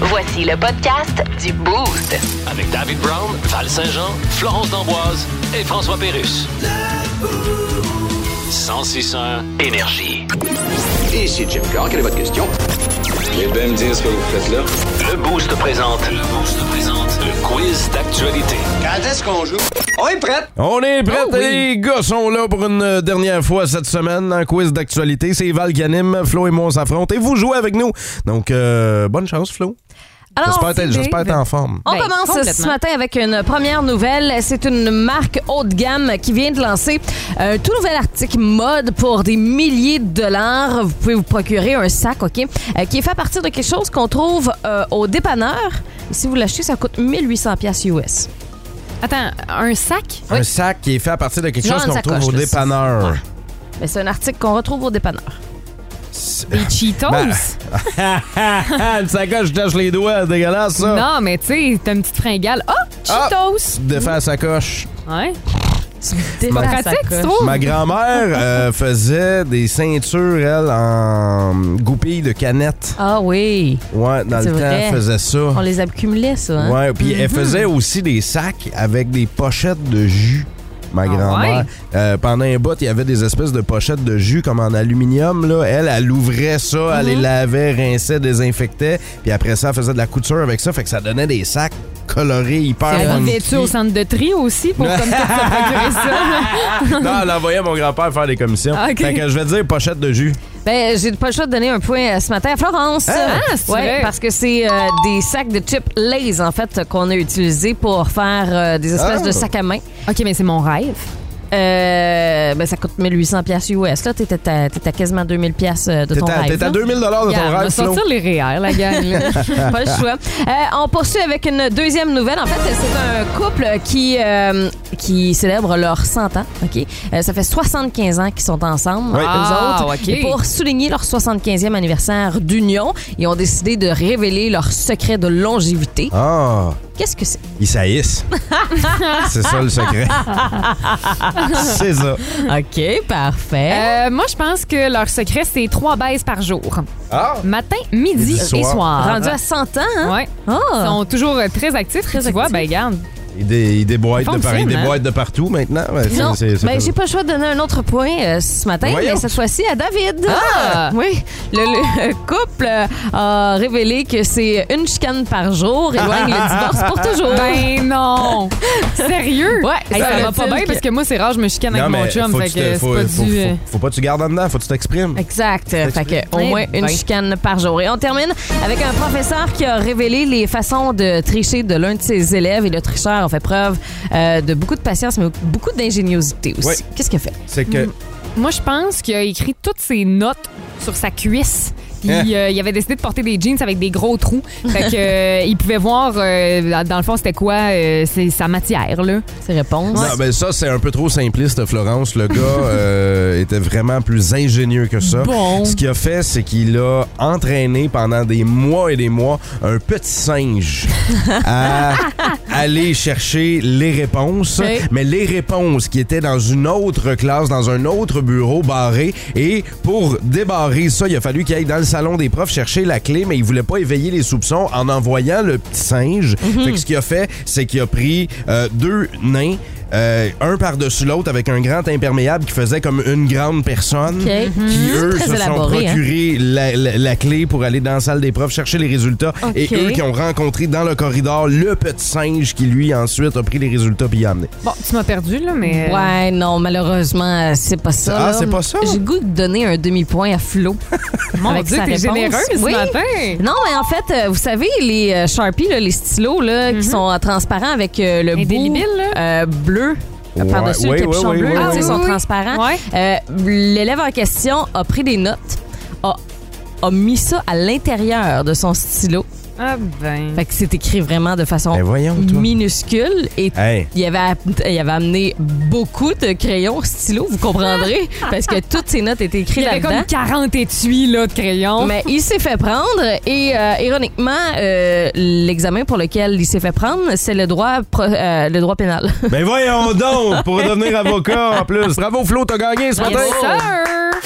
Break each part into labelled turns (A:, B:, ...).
A: Voici le podcast du Boost.
B: Avec David Brown, Val Saint-Jean, Florence D'Amboise et François Pérus. 1061 Énergie.
C: Ici Jim Carr, quelle est votre question?
D: Vous bien me dire ce que vous faites là?
B: Le Boost présente. Le Boost présente. Le quiz d'actualité.
C: Quand est-ce qu'on joue? On est prêt!
E: On est
F: Oh
E: prêts, les gars sont là pour une euh, dernière fois cette semaine en quiz d'actualité. C'est Val qui anime, Flo et moi on s'affronte et vous jouez avec nous. Donc, euh, bonne chance, Flo. J'espère être- J'espère être en forme.
F: On
G: Ben,
F: commence
G: complètement.
F: ce matin avec une première nouvelle. C'est une marque haut de gamme qui vient de lancer un tout nouvel article mode pour des milliers de dollars. Vous pouvez vous procurer un sac, OK, euh, qui est fait à partir de quelque chose qu'on trouve euh, au dépanneur. Si vous l'achetez, ça coûte 1800 pièces US.
G: Attends, un sac?
E: Un sac qui est fait à partir de quelque
F: Genre
E: chose
F: une
E: qu'on trouve
F: sacoche,
E: au
F: là,
E: dépanneur.
F: Mais c'est un article qu'on retrouve au dépanneur.
G: Des Cheetos?
E: Ben, Une sacoche, je tâche les doigts, dégueulasse ça.
G: non, mais tu sais, t'as une petite fringale. Oh,
E: Ah!
G: Cheetos!
E: De faire la sacoche.
G: Ouais.
F: C'est
E: Ma-
G: Pratique, tu trouves?
E: Ma grand-mère euh, faisait des ceintures, elle, en goupilles de canettes.
F: Ah oui,
E: Ouais, dans le
F: C'est
E: temps,
F: vrai.
E: elle faisait ça.
F: on les accumulait ça. hein?
E: Ah. Ouais, puis elle faisait aussi des sacs avec des pochettes de jus. Ma grand-mère.
G: ouais?
E: Euh, pendant un bout, il y avait des espèces de pochettes de jus comme en aluminium. Là. Elle, elle ouvrait ça, elle les lavait, rinçait, désinfectait. Puis après ça, elle faisait de la couture avec ça. Fait que ça donnait des sacs colorés, hyper
G: Elle
E: funky.
G: vivait-tu au centre de tri aussi pour comme ça se procurer ça?
E: Ah! Non, elle envoyait mon grand-père faire des commissions.
G: Ah, ok.
E: Fait que je vais dire pochette de jus.
F: Ben, j'ai pas le choix de donner un point euh, ce matin à Florence.
E: Ah,
G: c'est
F: Ouais,
G: vrai.
F: parce que c'est euh, des sacs de chips Lays, en fait, qu'on a utilisés pour faire euh, des espèces
E: Ah.
F: de sacs à main.
G: OK, mais c'est mon rêve.
F: Euh, ben, ça coûte 1800 pièces US. Là, t'étais à, t'étais à quasiment 2000 pièces euh, de
E: T'es
F: ton
E: à,
F: rêve.
E: t'es à
F: là.
E: 2000 de ton
G: Regarde, on va
E: rêve, Flo.
G: sortir les REER, la gang. là.
F: pas le choix. Euh, on poursuit avec une deuxième nouvelle. En fait, c'est un couple qui, euh, qui célèbre leurs 100 ans. OK? Euh, ça fait 75 ans qu'ils sont ensemble,
E: Oui.
F: eux
G: Ah,
F: autres.
G: OK.
F: Et pour souligner leur 75e anniversaire d'union, ils ont décidé de révéler leur secret de longévité.
E: Ah,
F: Qu'est-ce que c'est?
E: ils saillissent. C'est ça le secret. C'est ça.
F: OK, parfait.
G: Euh, moi, je pense que leur secret, c'est trois baises par jour.
E: Ah,
G: Matin, midi
E: Midi,
G: et
E: soir.
G: soir.
F: Rendu à 100 ans, hein?
G: Ouais. Ils
F: Ah!
G: sont toujours euh, très actifs. tu vois,
F: actifs.
G: ben garde.
E: Ils, dé- ils déboîtent, de, par- ils
G: Fonctionne, hein?
E: déboîtent de partout maintenant. Ouais, c'est-
F: Non,
E: c'est- c'est-
F: ben, j'ai pas le choix de donner un autre point euh, ce matin,
E: Voyons.
F: mais cette fois-ci à David.
G: Ah!
F: Oui, le, le couple euh, a révélé que c'est une chicane par jour, éloigne le divorce pour toujours.
G: Ben non! Sérieux?
F: Ouais,
G: Hey, ça va
F: semble-t-il
G: pas bien
F: que-
G: parce que moi, c'est rare, je me chicane
E: Non,
G: avec mon
E: mais
G: chum.
E: faut
G: Fait
E: que tu
G: que
E: te-
G: c'est
E: faut-
G: pas
E: faut-
G: du. euh,
E: faut- faut pas que tu gardes en dedans, faut que tu t'exprimes.
F: Exact. Fait que, au
G: Eh
F: moins une
G: ben.
F: chicane par jour. Et on termine avec un professeur qui a révélé les façons de tricher de l'un de ses élèves. Et le tricheur a fait preuve euh, de beaucoup de patience, mais beaucoup d'ingéniosité aussi.
E: Ouais.
F: Qu'est-ce qu'il a fait? Mm.
E: C'est que.
G: Moi, je pense qu'il a écrit toutes ses notes sur sa cuisse. Puis
E: Hein?
G: euh, il avait décidé de porter des jeans avec des gros trous. Fait que euh, il pouvait voir, euh, dans le fond, c'était quoi euh, c'est sa matière, là.
F: Ses réponses.
E: Non, ben ça, c'est un peu trop simpliste, Florence. Le gars euh, était vraiment plus ingénieux que ça.
G: Bon.
E: Ce qu'il a fait, c'est qu'il a entraîné pendant des mois et des mois un petit singe à aller chercher les réponses,
F: Ok.
E: mais les réponses qui étaient dans une autre classe, dans un autre bureau barré. Et pour débarrer ça, il a fallu qu'il aille dans le salon des profs chercher la clé, mais il voulait pas éveiller les soupçons en envoyant le petit singe. Fait que ce qu'il a fait, c'est qu'il a pris euh, deux nains. euh, un par-dessus l'autre avec un grand imperméable qui faisait comme une grande personne
F: Ok.
E: qui
F: Mhm.
E: eux
F: Très
E: se sont
F: élaboré, hein.
E: procuré la, la- la clé pour aller dans la salle des profs chercher les résultats
F: Ok.
E: et eux qui ont rencontré dans le corridor le petit singe qui lui ensuite a pris les résultats puis y a amené.
G: Bon, tu m'as perdu, là, mais. euh,
F: Ouais, non, malheureusement, euh, c'est pas ça.
E: Ah,
F: là.
E: c'est pas ça?
F: J'ai le goût de donner un demi-point à Flo.
G: Mon
F: avec
G: Dieu,
F: sa
G: t'es
F: réponse.
G: généreuse
F: Oui.
G: ce matin.
F: Non, mais en fait, euh, vous savez, les euh, Sharpies, là, les stylos là, qui sont euh, transparents avec euh, le bout
G: Mhm. Indélébile, là. Ah,
F: euh, bleu. euh,
E: Ouais,
F: Par-dessus
E: oui,
F: le
E: oui,
F: capuchon
E: oui,
F: bleu,
E: oui,
F: là,
E: oui,
F: tu sais,
G: oui.
F: ils sont transparents.
G: Ouais.
F: Euh, L'élève en question a pris des notes, a, a mis ça à l'intérieur de son stylo.
G: Ah, ben.
F: Fait que c'est écrit vraiment de façon
E: Ben voyons toi.
F: minuscule et
E: Hey.
F: il avait, app- il avait amené beaucoup de crayons, stylos, vous comprendrez, parce que toutes ces notes étaient
G: Il
F: écrites
G: y avait
F: là-dedans.
G: comme 40 étuis, là, de crayons.
F: Mais il s'est fait prendre et euh, ironiquement, euh, l'examen pour lequel il s'est fait prendre, c'est le droit pro- euh, le droit pénal.
E: Ben voyons donc pour devenir avocat en plus. Bravo Flo, t'as gagné ce matin.
G: Yes, sir.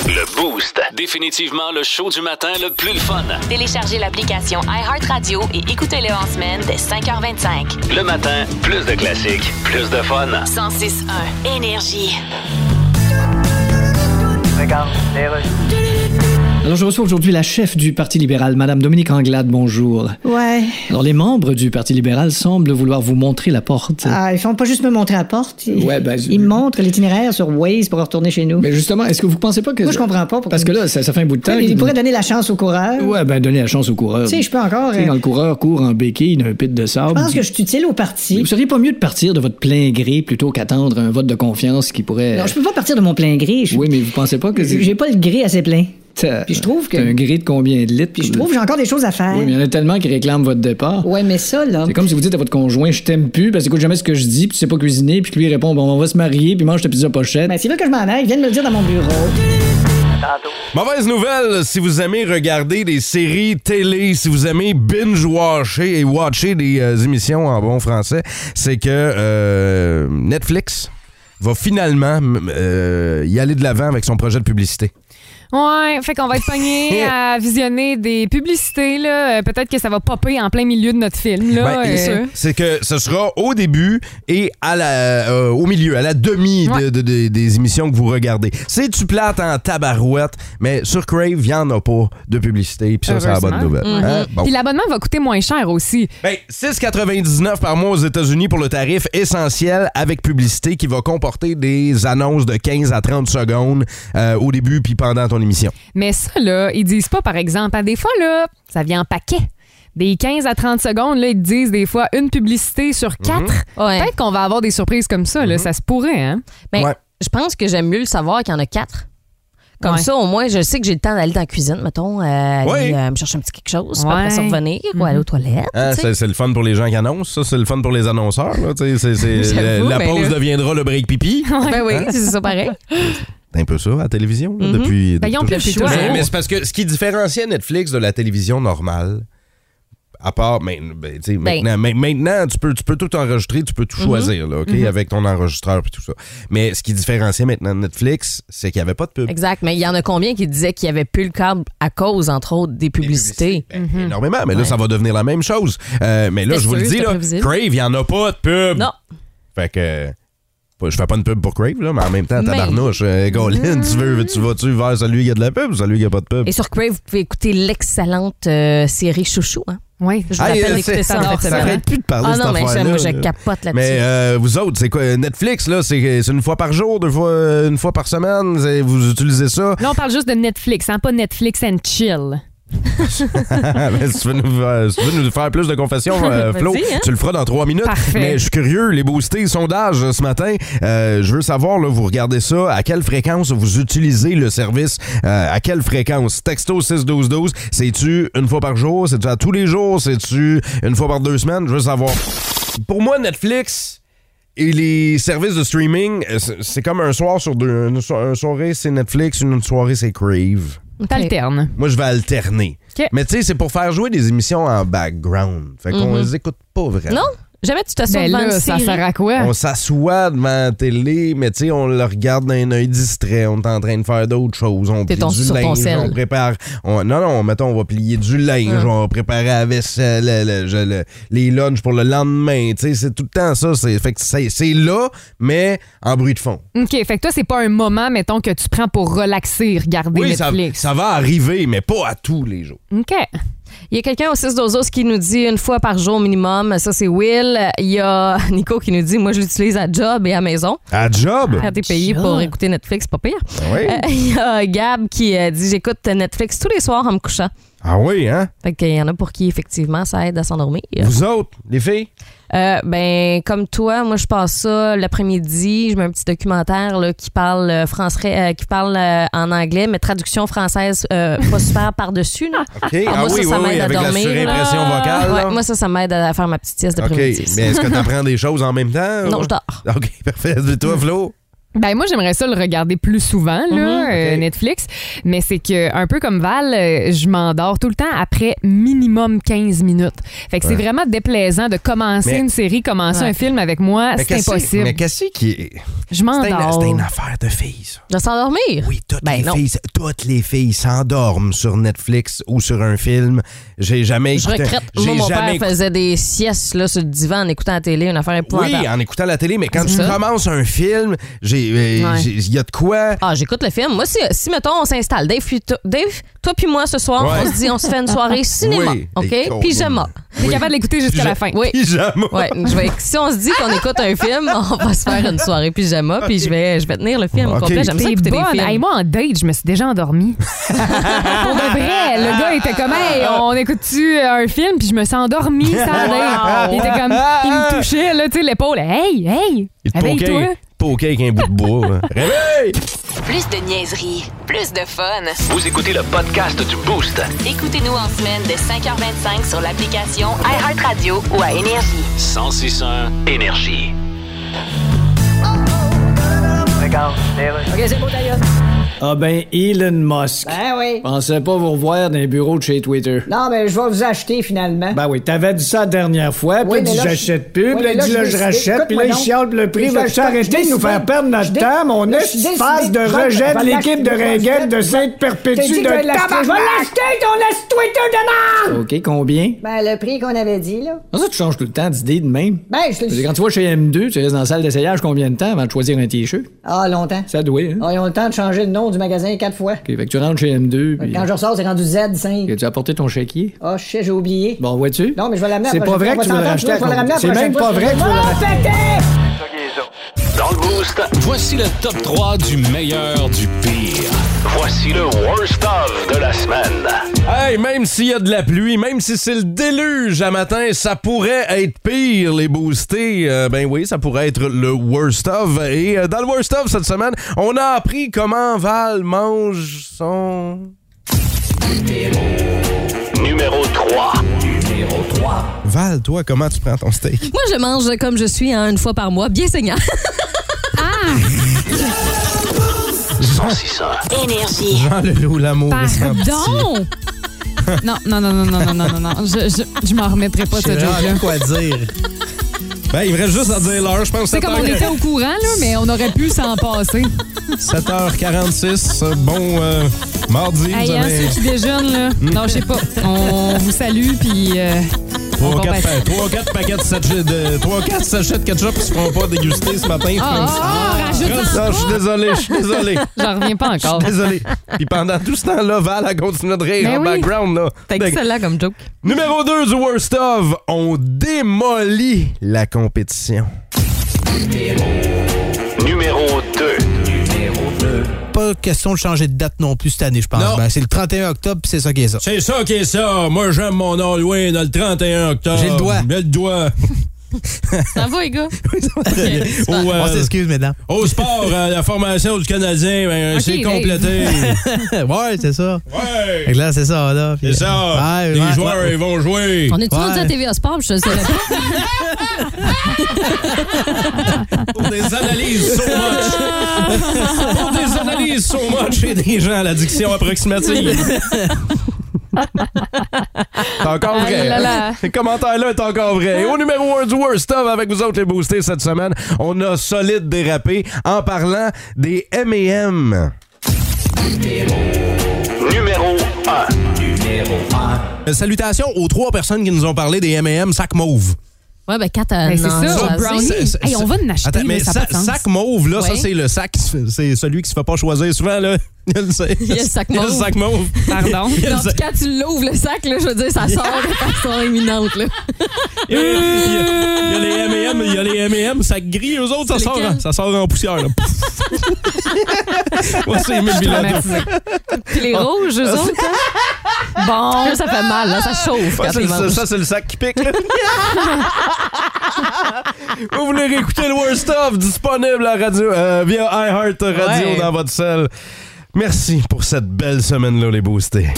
B: Le Boost. Définitivement le show du matin le plus le fun.
A: Téléchargez l'application iHeartRadio radio et écoutez-le en semaine dès 5h25.
B: Le matin, plus de classiques, plus de fun.
A: 106.1 Énergie.
H: Alors, je reçois aujourd'hui la chef du Parti libéral, Madame Dominique Anglade. Bonjour.
I: Ouais.
H: Alors, les membres du Parti libéral semblent vouloir vous montrer la porte.
I: Ah, ils font pas juste me montrer la porte. Ils,
H: Ouais, ben,
I: ils me montrent l'itinéraire sur Waze pour retourner chez nous.
H: Mais justement, est-ce que vous pensez pas que.
I: Moi, je comprends pas. pourquoi-
H: Parce que là, ça, ça fait un bout de temps.
I: ils
H: qu'il-
I: pourraient donner la chance au coureur.
H: Ouais, ben, donner la chance au coureur.
I: Tu sais, je peux encore.
H: Tu sais,
I: euh,
H: quand le coureur court en béquille d'un pit de sable.
I: Je pense que je suis utile au
H: Vous
I: parti.
H: seriez pas mieux de partir de votre plein gré plutôt qu'attendre un vote de confiance qui pourrait.
I: Non, je peux pas partir de mon plein gris. Je-
H: Oui, mais vous pensez pas que. c'est-
I: J'ai pas le gris assez plein.
H: T'as-
I: Puis je trouve que-
H: t'as un gré de combien de litres?
I: Puis je trouve que j'ai encore des choses à faire.
H: Oui, mais il y en a tellement qui réclament votre départ.
I: Ouais, mais ça, là.
H: C'est comme si vous dites à votre conjoint, je t'aime plus, parce que écoute jamais ce que je dis, puis tu sais pas cuisiner, puis que lui il répond, bon, on va se marier, puis mange ta pizza pochette.
I: Ben, s'ils veulent que je m'en aille, ils viennent me le dire dans mon bureau.
E: Mauvaise nouvelle, si vous aimez regarder des séries télé, si vous aimez binge-watcher et watcher des euh, émissions en bon français, c'est que euh, Netflix va finalement m- euh, y aller de l'avant avec son projet de publicité.
G: Ouais, fait qu'on va être pogné à visionner des publicités. Là. Euh, Peut-être que ça va popper en plein milieu de notre film. Là,
E: Ben,
G: euh,
E: c'est- c'est que ce sera au début et à la, euh, au milieu, à la demi de-
G: Ouais.
E: de- de- des émissions que vous regardez. C'est tu plate en tabarouette, mais sur Crave, il n'y en a pas de publicité, puis ça, c'est la bonne
G: Heureusement. Mm-hmm.
E: nouvelle.
F: Mm-hmm.
E: Hein? Bon.
G: Puis l'abonnement va coûter moins cher aussi.
E: Ben, 6,99 par mois aux États-Unis pour le tarif essentiel avec publicité qui va comporter des annonces de 15 à 30 secondes euh, au début puis pendant ton émission.
G: Mais ça, là, ils disent pas, par exemple, à des fois, là, ça vient en paquet. Des 15 à 30 secondes, là, ils te disent des fois une publicité sur
E: Mhm.
G: quatre.
F: Ouais.
G: Peut-être qu'on va avoir des surprises comme ça, là, ça se pourrait, hein?
F: Ben,
E: Ouais.
F: Je pense que j'aime mieux le savoir qu'il y en a quatre. Comme
G: Ouais.
F: ça, au moins, je sais que j'ai le temps d'aller dans la cuisine, mettons, euh, aller
E: Ouais.
F: euh, me chercher un petit quelque chose, puis après ça
G: Ouais. Mm-hmm.
F: revenir, ou aller aux toilettes.
E: Hein,
F: tu sais.
E: c'est c'est le fun pour les gens qui annoncent, ça c'est le fun pour les annonceurs. là, tu sais, c'est- c'est-
G: J'avoue,
E: la, la
G: mais
E: pause
G: là-
E: deviendra le break pipi.
F: Ben
E: Hein?
F: oui, c'est ça pareil.
E: C'est un peu ça à la télévision là, depuis.
G: Ben, ils ont
E: depuis
G: plus le
E: tout-
G: choix.
E: Mais, mais c'est parce que ce qui différenciait Netflix de la télévision normale, à part main- ben, tu sais, maintenant, ma- maintenant tu peux tu peux tout enregistrer, tu peux tout choisir là, ok, avec ton enregistreur et tout ça. Mais ce qui différenciait maintenant Netflix, c'est qu'il n'y avait pas de pub.
F: Exact. Mais il y en a combien qui disaient qu'il n'y avait plus le câble à cause, entre autres, des
E: Des
F: publicités?
E: Ben,
G: Mm-hmm.
E: Énormément, mais là, ça va devenir la même chose. Euh, mais là,
F: C'est
E: je vous le
F: sûr,
E: dis,
F: c'est
E: là,
F: prévisible.
E: Crave, il n'y en a pas de pub.
F: Non.
E: Fait que. pas- Je fais pas une pub pour Crave, là, mais en même temps,
G: Mais-
E: tabarnouche, euh, Colin, tu veux, tu vas-tu vers celui qui a de la pub ou celui qui a pas de pub?
F: Et sur Crave, vous pouvez écouter l'excellente euh, série Chouchou. Hein?
G: Oui.
F: Je vous
E: Ah,
F: rappelle
E: euh,
F: d'écouter
E: c'est-
F: ça en
E: ça
F: fin de semaine.
E: arrête plus de parler
F: Ah
E: de
F: non,
E: cette
F: mais ça,
E: affaire-là,
F: moi, je
E: là.
F: capote là-dessus.
E: Mais euh, vous autres, c'est quoi? Netflix, là, c'est c'est une fois par jour, deux fois, euh, une fois par semaine, c'est- vous utilisez ça?
G: Là, on parle juste de Netflix, hein, pas Netflix and chill.
E: Mais si, tu veux nous, euh, si tu veux nous faire plus de confessions, euh, Flo,
F: Vas-y, hein?
E: tu le feras dans trois minutes.
G: Parfait.
E: Mais je suis curieux, les boostés sondages euh, ce matin, euh, je veux savoir, là, vous regardez ça, à quelle fréquence vous utilisez le service, euh, à quelle fréquence? Texto 61212, c'est-tu une fois par jour? C'est-tu à tous les jours? C'est-tu une fois par deux semaines? Je veux savoir. Pour moi, Netflix... Et les services de streaming, euh, c'est- c'est comme un soir sur deux. Une, so- une soirée, c'est Netflix, une autre soirée, c'est Crave.
G: T'alternes.
E: Moi, je vais alterner.
G: OK.
E: Mais tu sais, c'est pour faire jouer des émissions en background. Fait qu'on les écoute pas euh, vraiment.
F: Mhm. Non? Jamais tu t'assois
G: Ben
F: devant
G: là,
F: une
G: ça
F: série.
G: sert à quoi?
E: On s'assoit devant la télé, mais tu sais, on le regarde d'un œil distrait. On est en train de faire d'autres choses. On
F: T'es
E: plie
F: ton-
E: du
F: sur ton
E: linge,
F: sel. Hein.
E: on prépare. on- non, non, mettons, on va plier du linge, on va préparer la vaisselle, le- le- le- les lunchs pour le lendemain. Tu sais, c'est tout le temps ça. C'est, fait que c'est, c'est là, mais en bruit de fond.
G: OK, fait que toi, c'est pas un moment, mettons, que tu prends pour relaxer, regarder
E: Oui, ça,
G: Netflix.
E: ça va arriver, mais pas à tous les jours.
G: OK.
F: Il y a quelqu'un au 6 dozos qui nous dit une fois par jour minimum. Ça, c'est Will. Il y a Nico qui nous dit moi, je l'utilise à job et à maison.
E: À job? Ah
F: Faire des pays pour écouter Netflix, pas pire.
E: oui.
F: Euh, Il y a Gab qui euh, dit j'écoute Netflix tous les soirs en me couchant.
E: Ah oui, hein?
F: Fait qu'il y en a pour qui, effectivement, ça aide à s'endormir.
E: Vous autres, les filles?
F: Euh, ben, comme toi, moi, je passe ça l'après-midi. Je mets un petit documentaire là, qui parle euh, français, euh, qui parle euh, en anglais, mais traduction française euh, pas super par-dessus. là.
E: OK.
F: Ah,
E: Ah,
F: moi, ça,
E: oui,
F: ça
E: oui, oui,
F: m'aide à
E: avec la
F: dormir,
E: surimpression
G: là.
E: vocale.
F: Ouais,
E: là.
F: moi, ça, ça m'aide à faire ma petite sieste
E: OK.
F: d'après-midi. ça.
E: Mais est-ce que tu apprends des choses en même temps?
F: Non, je
E: dors.
F: dors.
E: OK, parfait. Et toi, Flo?
G: Ben moi j'aimerais ça le regarder plus souvent là
E: Mm-hmm,
G: euh, Netflix mais c'est que un peu comme Val euh, je m'endors tout le temps après minimum 15 minutes. Fait que c'est vraiment déplaisant de commencer
E: Mais-
G: une série, commencer
F: Ouais.
G: Ah, un film avec moi,
E: Mais
G: c'est
E: qu'est-ce-
G: impossible.
E: Mais qu'est-ce qui est.
G: je
E: C'est une, c'est une
G: m'endors.
E: affaire de filles, ça.
F: De s'endormir?
E: Oui, toutes
F: Ben
E: les
F: non.
E: filles, toutes les filles s'endorment sur Netflix ou sur un film. J'ai jamais
F: Je
E: écouté-
F: regrette.
E: j'ai
F: Moi, mon père
E: jamais écouté-
F: faisait des siestes là, sur le divan en écoutant la télé, une affaire
E: Oui,
F: épouvantable.
E: en écoutant la télé, mais quand tu
F: ça.
E: commences un film, j'ai, euh,
G: Ouais.
E: j'ai- il y a de quoi.
F: Ah, j'écoute le film. Moi, si, si, mettons, on s'installe. Dave, puis to- Dave, toi puis moi, ce soir,
E: Ouais.
F: on se dit, on se fait une soirée cinéma,
E: Oui. Et
F: OK? Pyjama.
G: T'es capable de l'écouter jusqu'à la fin.
F: Oui.
E: Pyjama.
F: Ouais, je vais, si on se dit qu'on écoute un film, on va se faire une soirée pyjama, puis je vais, je vais tenir le film
E: Ok.
F: complet. J'aime ça
G: T'es
F: écouter des
G: bonne.
F: films.
G: Hey, moi en date, je me suis déjà endormie. Pour de vrai, le gars était comme hey, on écoute-tu euh, un film puis je me suis endormie sans date. Il était comme il me touchait là, tu sais l'épaule. Hey, hey.
E: Il te
G: Réveille-toi.
E: poquait- poquait avec un bout de bois. hein. Réveille!
A: Plus de niaiserie, plus de fun.
B: Vous écoutez le podcast du Boost.
A: Écoutez-nous en semaine de 5h25 sur l'application iHeartRadio ou à Énergie.
B: 1061 Énergie.
H: Ah ben, Elon Musk.
I: Ben oui.
H: Pensais pas vous revoir dans les bureaux de chez Twitter.
I: Non, mais je vais vous acheter finalement.
H: Ben oui, t'avais dit ça la dernière fois, puis
I: Oui,
H: là,
I: mais
H: dit
I: là, je-
H: j'achète plus,
I: Oui,
H: puis
I: mais
H: là,
I: là,
H: dit
I: je
H: là, je
I: décide.
H: rachète, puis là, il
I: Écoute-moi
H: chiale le
I: donc.
H: prix.
I: Je-
H: va tu
I: je-
H: arrêter de nous faire
I: je-
H: perdre
I: je
H: notre
I: dé-
H: temps, mon
I: je
H: est
I: décide.
H: phase de
I: Je-
H: rejet de
I: je-
H: l'équipe de
I: je-
H: Ringuette de
I: T'as dit
H: Sainte-Perpétue
I: que je vais
H: de
I: l'acheter. Je vais
H: Ben, tabarnak!
I: l'acheter ton ass Twitter de merde!
H: OK, combien?
I: Ben, le prix qu'on avait dit, là.
H: Non, ça, tu changes tout le temps d'idée de même.
I: Ben, je
H: Je
I: te
H: veux dire,
I: le
H: Quand tu vas chez M2, tu restes dans la salle d'essayage combien de temps avant de choisir un t-shirt?
I: Ah, longtemps.
H: Ça doit, hein?
I: Ah, ils ont le temps de changer le nom du magasin quatre fois.
H: OK, fait que tu rentres chez M2, puis... euh,
I: Quand je ressors, c'est rendu Z5.
C: euh,
H: Ok, Tu as apporté ton chéquier?
I: Ah, je sais, j'ai oublié.
H: Bon, vois-tu?
I: Non, mais je vais l'amener à
H: C'est
I: la
H: pas
I: prochaine
H: vrai que
I: fois.
H: tu veux
I: On
H: le
I: va
H: racheter
I: s'entendre,
H: à
I: je vais le
H: compte.
I: ramener à la
H: C'est
I: prochaine
H: même
I: fois,
H: pas
I: je
H: vrai
I: vais
H: que tu veux le
I: le
H: racheter.
I: fêter!
B: Dans le Boost,
J: Voici le top 3 du meilleur du pire.
B: voici le worst of de la semaine.
E: Hey, même s'il y a de la pluie, même si c'est le déluge à matin, ça pourrait être pire, les boostés. Euh, ben oui, ça pourrait être le worst of. Et euh, dans le worst of cette semaine, on a appris comment Val mange son.
B: Numéro 3.
E: Val, toi, comment tu prends ton steak?
F: Moi, je mange comme je suis hein, une fois par mois, bien saignant.
B: 1061
A: Énergie.
E: Jean Leloup, l'amour. est sans pitié.
G: Pardon. non, non, non, non, non, non, non, non, non. Je, je, je m'en remettrai pas de
E: Je sais
G: ce joke-là.
E: vraiment quoi dire. Ben, il me reste juste à dire l'heure. Je pense
G: C'est comme on était au courant, là, mais on aurait pu s'en passer.
E: 7h46. Bon euh, mardi.
G: Hey, hein, ceux qui déjeunent, là. Non, je sais pas. On vous salue, puis. euh, on
E: 3
G: compatit.
E: 4, paquets de sachets de 3 4 sachets de ketchup qui se feront pas déguster ce matin.
G: Ah, ah, ah, rajoute-en
E: ça, je suis désolé, je suis désolé.
G: J'en reviens pas encore.
E: Désolé. Puis pendant tout ce temps-là, Val a continué de rire
G: Ben
E: en
G: oui.
E: background. Là.
F: T'as
E: Fait
F: que
E: que-
F: celle-là comme joke.
E: Numéro 2 du Worst of, on démolit la compétition.
B: Numéro 2.
K: pas question de changer de date non plus cette année, je pense.
E: Non.
K: Ben, c'est le 31 octobre, puis c'est ça qui est ça.
E: C'est ça qui est ça. Moi, j'aime mon Halloween le 31 octobre.
K: J'ai le doigt.
E: J'ai le doigt.
F: Ça va, les gars?
E: Au, euh,
K: On s'excuse, mesdames.
E: au sport, euh, la formation du Canadien, ben,
G: Ok,
E: c'est
G: Dave.
E: complété.
K: ouais, c'est ça.
E: Ouais.
K: Fait que là, c'est ça, là. puis- euh,
E: C'est ça.
K: Ouais,
E: les
K: ouais,
E: joueurs,
K: ouais.
E: ils vont jouer.
F: On est toujours
K: Ouais.
F: dit à TVA Sport, je le savais pas.
E: Pour des analyses so much. Pour des analyses so much et des gens à l'addiction approximative. C'est encore vrai.
G: Ah là là.
E: Ce commentaire-là est encore vrai. Et au numéro 1 du Worst Of, avec vous autres les boostés cette semaine, on a solide dérapé en parlant des M&M.
B: Numéro 1.
E: Euh, Salutations aux trois personnes qui nous ont parlé des M&M sac mauve.
F: Ouais, ben, quand euh,
G: Ben, c'est
F: non,
G: ça,
F: choisi.
G: brownie.
E: c'est- c'est-
G: Hey, on va en acheter,
E: Attends, mais
G: là, ça a
E: sa-
G: pas de sens.
E: sac mauve, là, ça,
F: Ouais.
E: c'est le sac, qui se fait- c'est celui qui se fait pas choisir souvent, là. Il y a le, il y a
F: le sac
E: Il y a le
F: mauve.
E: sac mauve.
G: Pardon.
E: Il y a le
F: Non, puis
E: sac-
F: quand tu l'ouvres, le sac, là, je veux dire, ça sort de façon imminente. Là.
E: il y a- il y a- il y a les M&M, il y a les M&M, sac gris, eux autres, ça
F: C'est
E: sort,
F: lesquels?
E: en- ça sort en poussière, là. Pouf. Ouais, c'est Émile Bilodeau.
G: Traumatisé.
F: Puis les rouges, eux autres. hein? Bon. Là, ça fait mal, là, ça chauffe
E: Ouais, c'est
F: quand tu
E: le-
F: le manges.
E: ça, c'est le sac qui pique. là. Vous voulez réécouter le Worst Of disponible à radio, euh, via iHeart Radio
F: Ouais.
E: dans votre selle. Merci pour cette belle semaine-là, les boostés.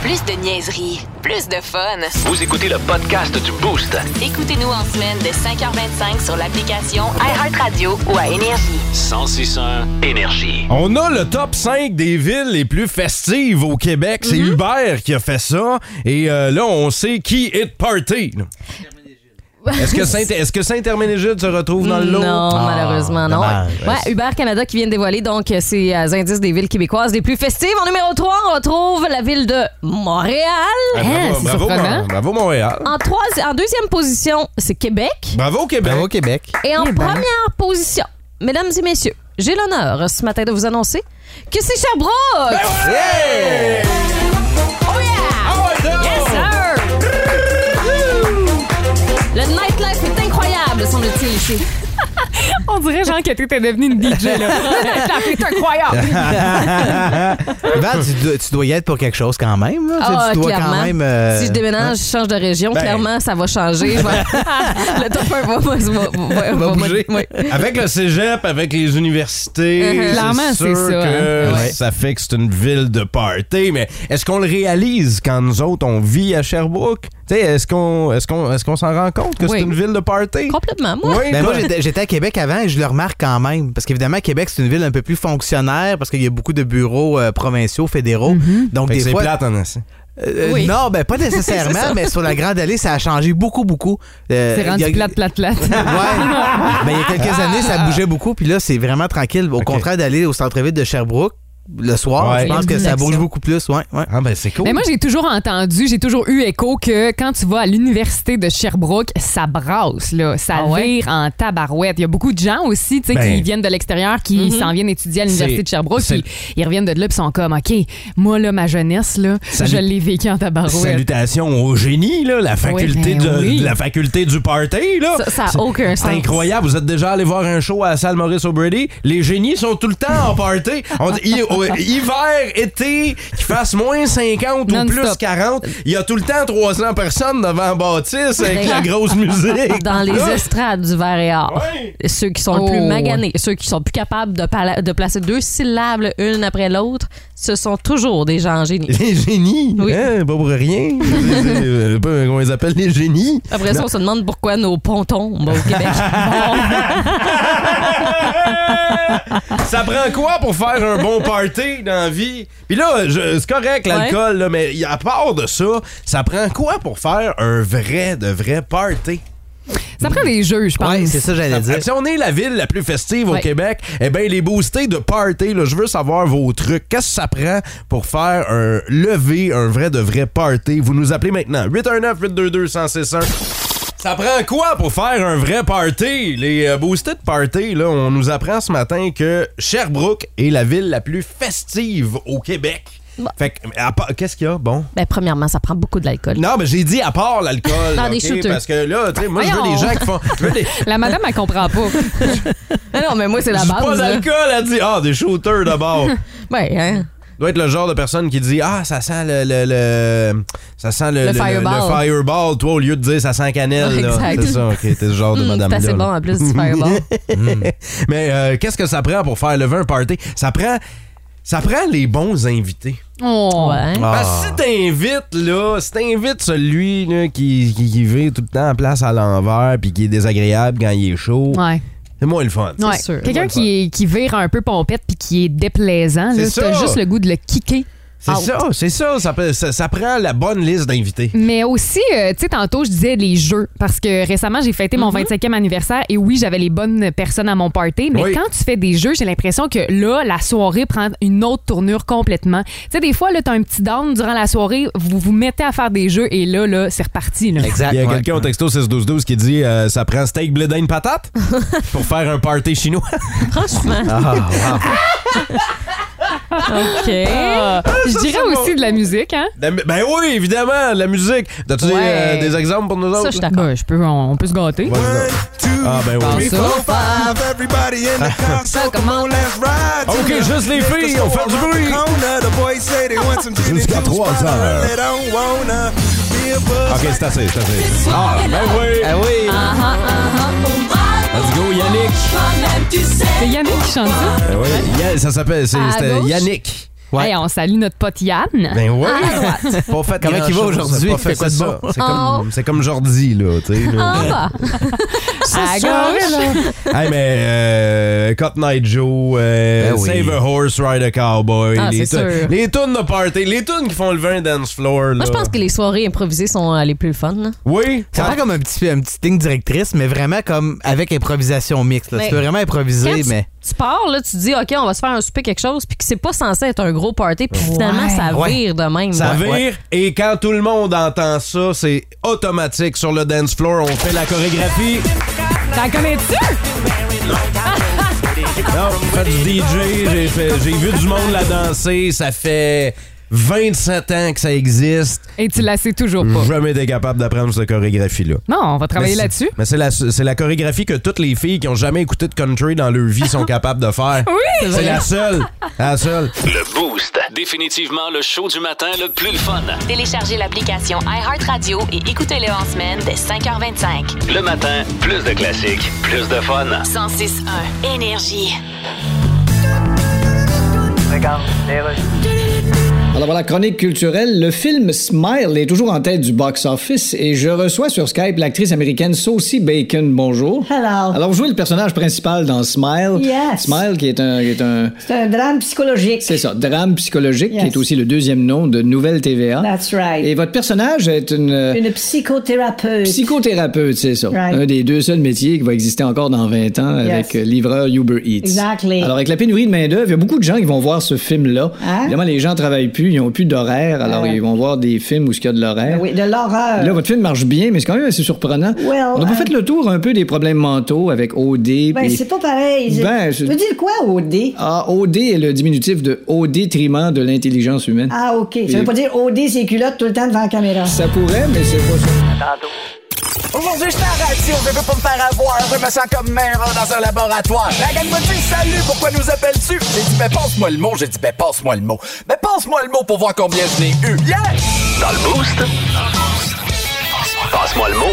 A: Plus de niaiserie, plus de fun.
B: Vous écoutez le podcast du Boost.
A: Écoutez-nous en semaine de 5h25 sur l'application iHeartRadio ou à Énergie.
B: 1061 Énergie.
E: On a le top 5 des villes les plus festives au Québec. C'est
F: Mhm.
E: Hubert qui a fait ça. Et euh, là, on sait qui est de party. là. Est-ce que Saint- est-ce que Saint-Herménégide se retrouve dans le lot?
F: Non,
E: Ah,
F: malheureusement, non.
E: dommage.
F: Ouais, Uber Canada qui vient de dévoiler donc ces euh, indices des villes québécoises les plus festives. En numéro 3, on retrouve la ville de Montréal. Hein,
E: Ah, bravo, bravo, Mon- bravo, Montréal.
F: En, trois, en deuxième position, c'est Québec.
E: Bravo, Québec. Bravo,
K: Québec.
F: Et en première position, mesdames et messieurs, j'ai l'honneur ce matin de vous annoncer que c'est Sherbrooke!
L: Ben
F: Oh yeah! yes, sir! Le nightlife est incroyable, semble-t-il, ici.
G: On dirait, Jean, que t'étais devenu une DJ, là. La fête est incroyable.
K: Val, tu, dois- tu dois y être pour quelque chose quand même. là.
F: Ah,
K: tu dois
F: clairement.
K: quand même. euh,
F: Si je déménage, je change de région,
K: Ben.
F: clairement, ça va changer. Je vais- le top 1 va, va- va- va-
E: On va
F: va-
E: bouger.
F: oui.
E: Avec le cégep, avec les universités,
F: Uh-huh.
G: Clairement,
E: c'est sûr
G: c'est ça,
E: que
G: hein. Ouais.
E: ça fait que c'est une ville de party. Mais est-ce qu'on le réalise quand nous autres, on vit à Sherbrooke? Tu sais, Est-ce qu'on est qu'on est qu'on s'en rend compte que
F: Oui.
E: c'est une ville de party?
F: Complètement, moi.
E: Oui,
K: Ben moi,
E: toi.
K: j'étais- j'étais à Québec avant et je le remarque quand même. Parce qu'évidemment, Québec, c'est une ville un peu plus fonctionnaire parce qu'il y a beaucoup de bureaux euh, provinciaux, fédéraux. Donc,
E: Fait que
K: des
E: c'est
K: fois.
E: plate en assez.
K: euh,
F: Mm-hmm. Oui.
K: Non, ben pas
F: C'est ça.
K: nécessairement, mais sur la Grande Allée, ça a changé Ah, beaucoup, beaucoup. Euh,
G: C'est
K: il y
G: rendu
K: a-
G: plate, Ah! plate, plate.
K: Ouais. Ben, il y a quelques années, ça bougeait beaucoup, puis là, c'est vraiment tranquille. Au contraire d'aller au centre-ville de Sherbrooke le soir,
E: Ouais.
K: je pense que ça bouge beaucoup plus. Ouais, ouais.
E: Ah ben c'est cool.
G: Mais moi, j'ai toujours entendu, j'ai toujours eu écho que quand tu vas à l'université de Sherbrooke, ça brasse, là. Ça vire en tabarouette. Il y a beaucoup de gens aussi, tu sais,
E: Ah Ben. Mm-hmm.
G: qui viennent de l'extérieur, qui s'en viennent étudier à l'université
E: C'est-
G: de Sherbrooke,
E: c'est-
G: puis ils reviennent de là, puis sont comme, OK, moi, là, ma jeunesse, là,
E: Salut.
G: je l'ai vécu en
F: Ah,
G: tabarouette.
E: Salutations au génie, là, la, faculté
G: ben
E: de,
G: oui.
E: de la faculté du party. Là.
F: Ça- ça a
E: C'est-
F: aucun
E: C'est
F: sens.
E: incroyable. Vous êtes déjà allé voir un show à la salle Maurice O'Brady. Les génies sont tout le temps en party. On dit, hi- au- hiver, été, qu'il fasse moins 50 ou
G: Non-stop.
E: plus 40, il y a tout le temps 300 personnes devant la bâtisse avec
F: Ben,
E: la grosse musique. Ah.
F: Dans les
E: Là,
F: estrades du verre et or.
E: Ouais.
F: Ceux qui sont le plus
G: Oh.
F: maganés, ceux qui sont plus capables de, pala- de placer deux syllabes l'une après l'autre, ce sont toujours des gens génies.
E: les génies,
F: Oui.
E: hein, pas pour rien. C'est- c'est- euh, pas- Comment ils appellent les génies?
F: Après ça, on se demande pourquoi nos ponts tombent au Québec.
E: Ça prend quoi pour faire un bon party dans la vie? Puis là, je- c'est correct l'alcool, là, mais y- à part de ça, ça prend quoi pour faire un vrai, de vrai party?
G: Ça prend des jeux, je pense.
K: Ouais, c'est ça, j'allais dire.
E: Si on est la ville la plus festive au
G: Ouais.
E: Québec, eh bien, les boostés de party, là, je veux savoir vos trucs. Qu'est-ce que ça prend pour faire un lever, un vrai de vrai party? Vous nous appelez maintenant. 819-822-1061. Ça prend quoi pour faire un vrai party? Les euh, boostés de party, là, on nous apprend ce matin que Sherbrooke est la ville la plus festive au Québec.
F: Bon.
E: Fait que, à part- qu'est-ce qu'il y a? Bon.
F: ben, premièrement, ça prend beaucoup de l'alcool.
E: Non, mais j'ai dit à part l'alcool.
F: Dans des
E: ok?
F: shooters.
E: Parce que là, tu sais, moi, je veux
G: Voyons.
E: des gens qui font. je veux des-
G: La madame, elle comprend pas.
F: Non, non, mais moi, c'est la
E: je dis pas
F: base. hein. là.
E: d'alcool, elle dit Ah, des shooters d'abord.
F: Ouais, hein.
E: doit être le genre de personne qui dit Ah, ça sent le. le, le- ça sent le,
F: Le fireball.
E: fireball, toi, au lieu de dire ça sent cannelle. là.
F: Exact.
E: C'est ça, ok, t'es ce genre de
F: Mm,
E: madame.
F: c'est assez bon en plus du fireball.
E: Mais euh, qu'est-ce que ça prend pour faire lever un party Ça prend. Ça prend les bons invités.
G: Oh.
F: Ouais.
E: Parce que si t'invites, là, si t'invites celui là, qui, qui, qui vit tout le temps en place à l'envers puis qui est désagréable quand il est chaud,
G: Ouais.
E: c'est moins le fun.
G: Ouais.
F: sûr.
G: Quelqu'un qui, qui vire un peu pompette puis qui est déplaisant, là,
E: C'est
G: t'as
E: ça.
G: juste le goût de le kicker.
E: C'est ça, c'est ça, ça, peut- ça. ça prend la bonne liste d'invités.
G: Mais aussi, euh, tu sais, tantôt, je disais les jeux, parce que récemment, j'ai fêté mon 25e anniversaire et oui, j'avais les bonnes personnes à mon party, mais
E: Oui.
G: quand tu fais des jeux, j'ai l'impression que là, la soirée prend une autre tournure complètement. Tu sais, des fois, là, t'as un petit down durant la soirée, vous vous mettez à faire des jeux et là, là, c'est reparti, là.
K: Exact.
E: Il y a
K: ouais.
E: quelqu'un au texto 61212 qui dit euh, ça prend steak bledin patate pour faire un party chinois.
F: Franchement.
K: Ah, wow.
F: OK.
G: Ah, je dirais
E: c'est
G: aussi de la musique, hein?
E: La mu- ben oui, évidemment, la musique. T'as-tu des,
G: Ouais.
E: euh, des exemples pour nous autres?
F: Ça, je suis d'accord.
G: Ben, je peux, on, on peut se gâter.
E: Ah ben oui.
G: Ça.
F: Ça, comment?
E: OK, juste les filles, on fait du bruit. Jusqu'à 3 heures. OK, c'est assez, c'est assez. Ah, ben oui.
K: Ah oui.
E: Let's go, Yannick.
G: ah. C'est Yannick qui chante ça.
E: Ben oui. Ya- ça s'appelle, c'est-
G: À
E: c'était
G: gauche.
E: Yannick.
K: Ouais.
G: Hey, on salue notre pote Yann. Ah.
E: Ben ouais.
G: À droite.
E: Pas fait
K: Comment qu'il va
E: grand-chose,
K: aujourd'hui?
E: pas
K: Il fait quoi de
E: ça.
K: bon?
E: C'est comme, c'est comme Jordi, là, tu sais. là.
F: Oh.
G: En bas. à gauche.
E: Ah, bah. hey, mais euh, Cotton Night Joe, euh,
K: Ben oui.
E: Save a Horse, Ride a Cowboy,
F: Ah,
E: les,
F: c'est
E: tunes-
F: sûr.
E: les tunes de party, les tunes qui font le vin dance floor. Là.
F: Moi, je pense que les soirées improvisées sont euh, les plus fun. là.
E: Oui,
K: Ça
E: quand-
K: prend comme un petit, un petit thing directrice, mais vraiment comme avec improvisation mixte. là.
F: Mais-
K: Tu peux vraiment
F: Quand
K: improviser,
F: tu-
K: mais.
F: Tu pars, là, tu te dis, OK, on va se faire un souper, quelque chose, puis que c'est pas censé être un gros party, puis finalement, ça
K: Ouais.
F: vire de même.
E: ça
F: Ouais.
E: vire. Et quand tout le monde entend ça, c'est automatique sur le dance floor. On fait la chorégraphie.
G: T'en connais-tu?
E: Non, fait du DJ, j'ai fait- j'ai vu du monde la danser. Ça fait 27 ans que ça existe.
G: Et tu la sais toujours pas.
E: Jamais été capable d'apprendre cette chorégraphie-là.
G: Non, on va
E: Mais
G: travailler
E: c'est-
G: là-dessus.
E: Mais c'est la, c'est la chorégraphie que toutes les filles qui ont jamais écouté de country dans leur vie sont capables de faire.
G: Oui!
E: C'est la seule. La seule.
B: Le Boost. Définitivement le show du matin le plus le fun.
A: Téléchargez l'application iHeartRadio et écoutez-le en semaine dès 5h25.
B: Le matin, plus de classiques, plus de fun.
A: 106.1 Énergie.
M: Ben,
C: Alors voilà, chronique culturelle. Le film Smile est toujours en tête du box-office et je reçois sur Skype l'actrice américaine Saucy Bacon. Bonjour.
I: Hello.
C: Alors, vous jouez le personnage principal dans Smile.
I: Yes.
C: Smile qui est un... qui est un-
I: C'est un drame psychologique.
C: C'est ça, drame psychologique,
I: Yes.
C: qui est aussi le deuxième nom de Nouvelle TVA.
I: That's right.
C: Et votre personnage est une... euh,
I: Une psychothérapeute.
C: Psychothérapeute, c'est ça.
I: Right.
C: Un des deux seuls métiers qui va exister encore dans 20 ans
I: Yes.
C: avec euh, livreur Uber Eats.
I: Exactly.
C: Alors, avec la pénurie de main-d'œuvre, il y a beaucoup de gens qui vont voir ce film-là.
I: Hein?
C: Évidemment, les gens travaillent plus, ils n'ont plus d'horaire, alors
I: ouais.
C: ils vont voir des films où il y a de
H: hein?
C: l'horaire.
I: Ben oui, de l'horreur.
C: Là, votre film marche bien, mais c'est quand même assez surprenant.
I: Well,
C: On a pas
I: euh,
C: fait le tour un peu des problèmes mentaux avec OD.
I: Ben,
C: puis-
I: c'est pas pareil.
C: Ben,
I: je...
C: je-
I: veux dire quoi, OD?
C: Ah, OD est le diminutif de au détriment de l'intelligence humaine.
I: Ah, OK. Ça
C: Et-
I: veut pas dire OD, c'est culotte tout le temps devant la caméra.
C: Ça pourrait, mais c'est pas ça.
L: Aujourd'hui, je radio, je veux pas me faire avoir, je me sens comme Mera dans un laboratoire. La gang me dit salut, pourquoi nous appelles-tu? J'ai dit, ben passe-moi le mot, j'ai dit, ben passe-moi le mot. Ben passe-moi le mot pour voir combien je n'ai eu. Yeah!
B: Dans le Boost. Passe-moi le mot.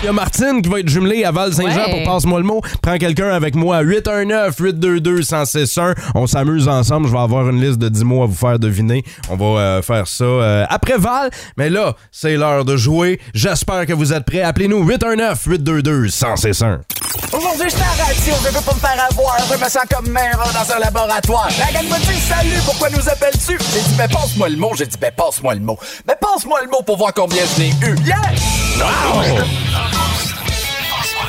E: Il y a Martine qui va être jumelée à Val-Saint-Jean
G: Ouais.
E: pour Passe-moi le mot. Prends quelqu'un avec moi. 819-822-1061. On s'amuse ensemble. Je vais avoir une liste de 10 mots à vous faire deviner. On va euh, faire ça euh, après Val. Mais là, c'est l'heure de jouer. J'espère que vous êtes prêts. Appelez-nous 819-822-1061.
L: Aujourd'hui, je radio, je veux pas me faire avoir, je me sens comme Mera dans un laboratoire. La gang me dit salut, pourquoi nous appelles-tu? J'ai dit, ben passe-moi le mot, j'ai dit, ben passe-moi le mot. Ben passe-moi le mot pour voir combien je n'ai eu. Yeah!
B: Dans le Boost.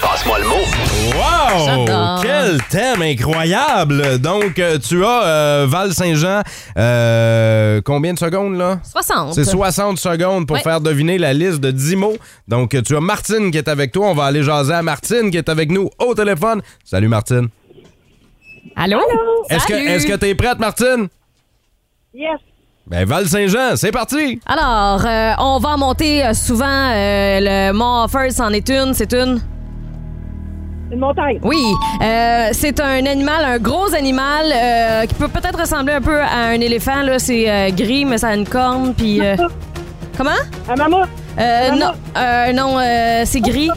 B: Passe-moi le mot.
E: Wow!
F: J'adore.
E: Quel thème incroyable! Donc, euh, tu as euh, Val-Saint-Jean, euh, combien de secondes là?
F: 60.
E: C'est 60 secondes pour
F: Ouais.
E: faire deviner la liste de 10 mots. Donc, euh, tu as Martine qui est avec toi. On va aller jaser à Martine qui est avec nous au téléphone. Salut Martine.
G: Allô?
E: Est-ce que
F: Salut.
E: est-ce que t'es prête, Martine?
M: Yes.
E: Ben, Val-Saint-Jean, c'est parti!
F: Alors, euh, on va monter euh, souvent euh, le mont Offers en est une, c'est une.
M: Une montagne.
F: Oui, euh, c'est un animal, un gros animal euh, qui peut peut-être ressembler un peu à un éléphant. Là, c'est euh, gris, mais ça a une corne. Puis euh, comment
M: Un mammouth.
F: Euh,
M: Maman.
F: Non, euh, non, euh, c'est gris.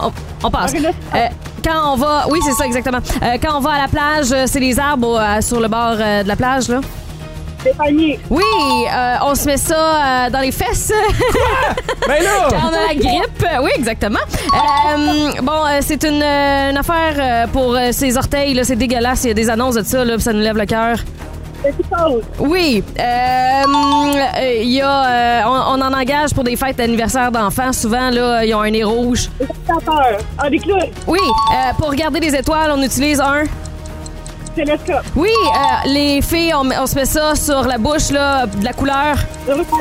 F: On, on passe.
M: Ornithoptère.
F: Euh, quand on va, oui, c'est ça exactement. Euh, quand on va à la plage, euh, c'est les arbres euh, sur le bord euh, de la plage là.
M: Des palmiers.
F: Oui, euh, on se met ça euh, dans les fesses.
E: Ben là!
F: Quand on a la grippe. Oui, exactement. Euh, bon, euh, c'est une, euh, une affaire euh, pour euh, ses orteils. là. C'est dégueulasse. Il y a des annonces de ça. Là, puis ça nous lève le cœur.
M: Des petites choses.
F: Oui. euh, euh, Il y a, euh, on, on en engage pour des fêtes d'anniversaire d'enfants. Souvent, là, euh, ils ont un nez rouge.
M: Des spectateurs. Ah, des clowns.
F: Oui. euh, pour regarder les étoiles, on utilise un.
M: Télescope.
F: Oui. euh, les filles, on, met- on se met ça sur la bouche, là, de la couleur.
M: Je veux faire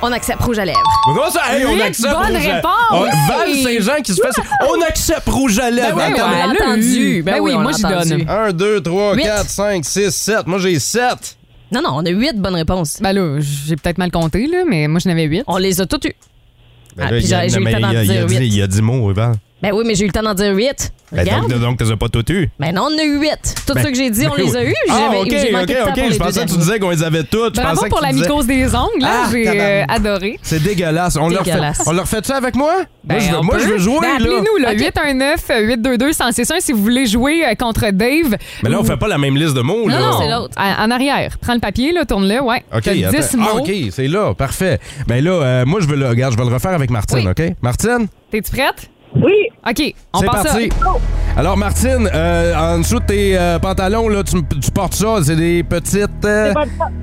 F: On accepte rouge à lèvres.
E: Mais Comment ça? Hey, on
G: Huit
E: accepte rouge
G: bonnes
E: à-
G: réponses!
E: On-
G: Oui!
E: Val-Saint-Jean qui se fait... On accepte rouge à lèvres!
G: Ben oui,
E: Attends,
G: on l'a entendu. Ben oui,
F: on
G: moi,
F: l'a
G: j'y
F: entendu.
G: donne.
E: 1, 2, 3,
F: Huit.
E: 4, 5, 6, 7. Moi, j'ai 7.
F: Non, non, on a huit bonnes réponses.
G: Ben là, j'ai peut-être mal compté, là, mais moi, j'en avais huit.
F: On les a toutes eues. Ah, puis j'ai j'ai eu le temps d'en dire
E: Il
F: huit.
E: y a 10 mots, Yvan.
F: Ben oui, mais j'ai eu le temps d'en dire 8.
E: Ben
F: Regarde.
E: donc, donc, t'as pas tout eu.
F: Ben non, on en a eu 8. Tout
E: Ben,
F: ce que j'ai dit, on
E: ben
F: les a
E: oui.
F: eus.
E: Ah,
F: J'avais-
E: ok,
F: j'ai manqué de
E: ok,
F: temps
E: ok.
F: pour
E: Je
F: les Ben,
E: pensais
F: deux
E: que tu disais qu'on les avait toutes. Je
G: Bravo
E: pensais
G: pour
E: que
G: la
E: tu disais-
G: mycose des ongles, là,
E: Ah,
G: j'ai
E: tabarnak.
G: euh, adoré.
E: C'est dégueulasse. On leur fait,
G: Dégueulasse.
E: on leur fait ça avec moi?
G: Ben,
E: moi, je veux,
G: on
E: moi, je
G: peut.
E: veux jouer,
G: Ben,
E: là.
G: Appelez-nous, le 822-161 si vous voulez jouer euh, contre Dave.
E: Mais là, on
G: Ou-
E: fait pas la même liste de mots, là.
G: Non, non, c'est l'autre. En en arrière. Prends le papier, là, tourne-le, ouais.
E: OK,
G: T'as 10
E: attends.
G: mots.
E: Ah, OK, c'est là. Parfait. Ben là, euh, moi, je veux le. Regarde, je vais le refaire avec Martine, OK? Martine?
G: T'es-tu prête? Oui. OK, on
E: C'est
G: part ça.
E: parti. Alors, Martine, euh, en dessous de tes euh, pantalons, là, tu, m- tu portes ça. C'est des petites. euh,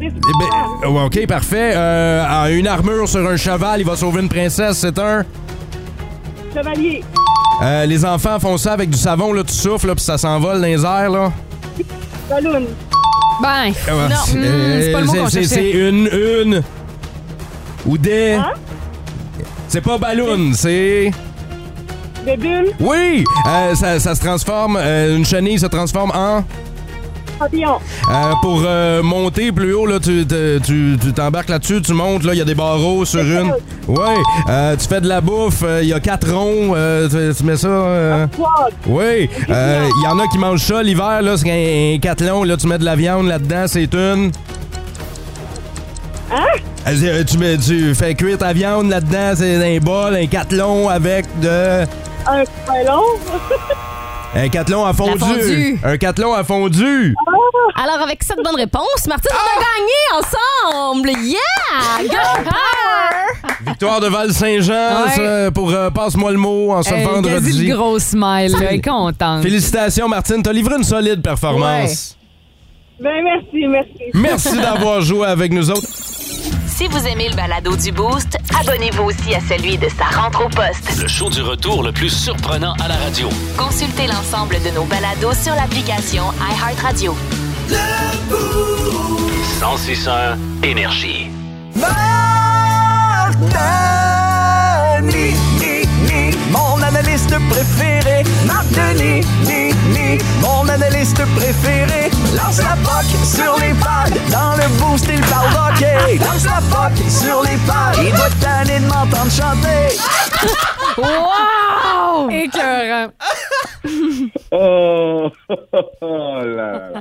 E: eh ben, ouais, OK, parfait. Euh, en une armure sur un cheval, il va sauver une princesse, c'est un.
M: Chevalier.
E: Euh, les enfants font ça avec du savon, là, tu souffles, là, puis ça s'envole dans les airs, là.
M: Ballon.
G: Ben,
E: Euh,
G: non, hmm, c'est pas le mot qu'on
E: c'est-
G: cherchait.
E: C'est une, une. Ou des. C'est pas ballon, c'est.
M: Des bulles.
E: Oui! Euh, ça, ça se transforme, euh, une chenille se transforme en.
M: Papillon.
E: Euh, pour euh, monter plus haut, là, tu te- tu tu t'embarques là-dessus, tu montes, là, il y a des barreaux sur une. Oui. Euh, tu fais de la bouffe, euh, il y a quatre ronds, euh, tu, tu mets ça. euh,
M: Quad.
E: Oui. Euh, Il y en a qui mangent ça l'hiver, là, c'est un, un cathlon, là, tu mets de la viande là-dedans, c'est une.
M: Hein?
E: Euh, tu, mets- tu fais cuire ta viande là-dedans, c'est un bol, un cathlon avec de.
M: Un ballon.
E: Un cathlon à fondu.
F: fondue.
E: Un cathlon à fondu.
F: Ah! Alors, avec cette bonne réponse, Martine,
E: Ah!
F: on a gagné ensemble! Yeah! Girl power!
E: Victoire de Val-Saint-Jean
G: Ouais.
E: ça, pour euh, Passe-moi le mot en ce
G: Hey, quasi
E: vendredi.
G: le gros smile, là, elle est contente.
E: Félicitations, Martine. T'as livré une solide performance.
M: Ben, merci, merci.
E: Merci d'avoir joué avec nous autres.
A: Si vous aimez le balado du Boost, abonnez-vous aussi à celui de sa rentre au poste.
B: Le show du retour le plus surprenant à la radio.
A: Consultez l'ensemble de nos balados sur l'application iHeartRadio.
B: 1061 Énergie.
L: Martini, ni, ni, mon analyste préféré. Martini, ni, ni, mon analyste préféré. Lance la POC sur les pads. Dans le boost, il parle d'hockey. Lance la POC sur les pads. Il doit tanner de m'entendre chanter.
G: Wow! Écœurant.
N: Oh, oh là là.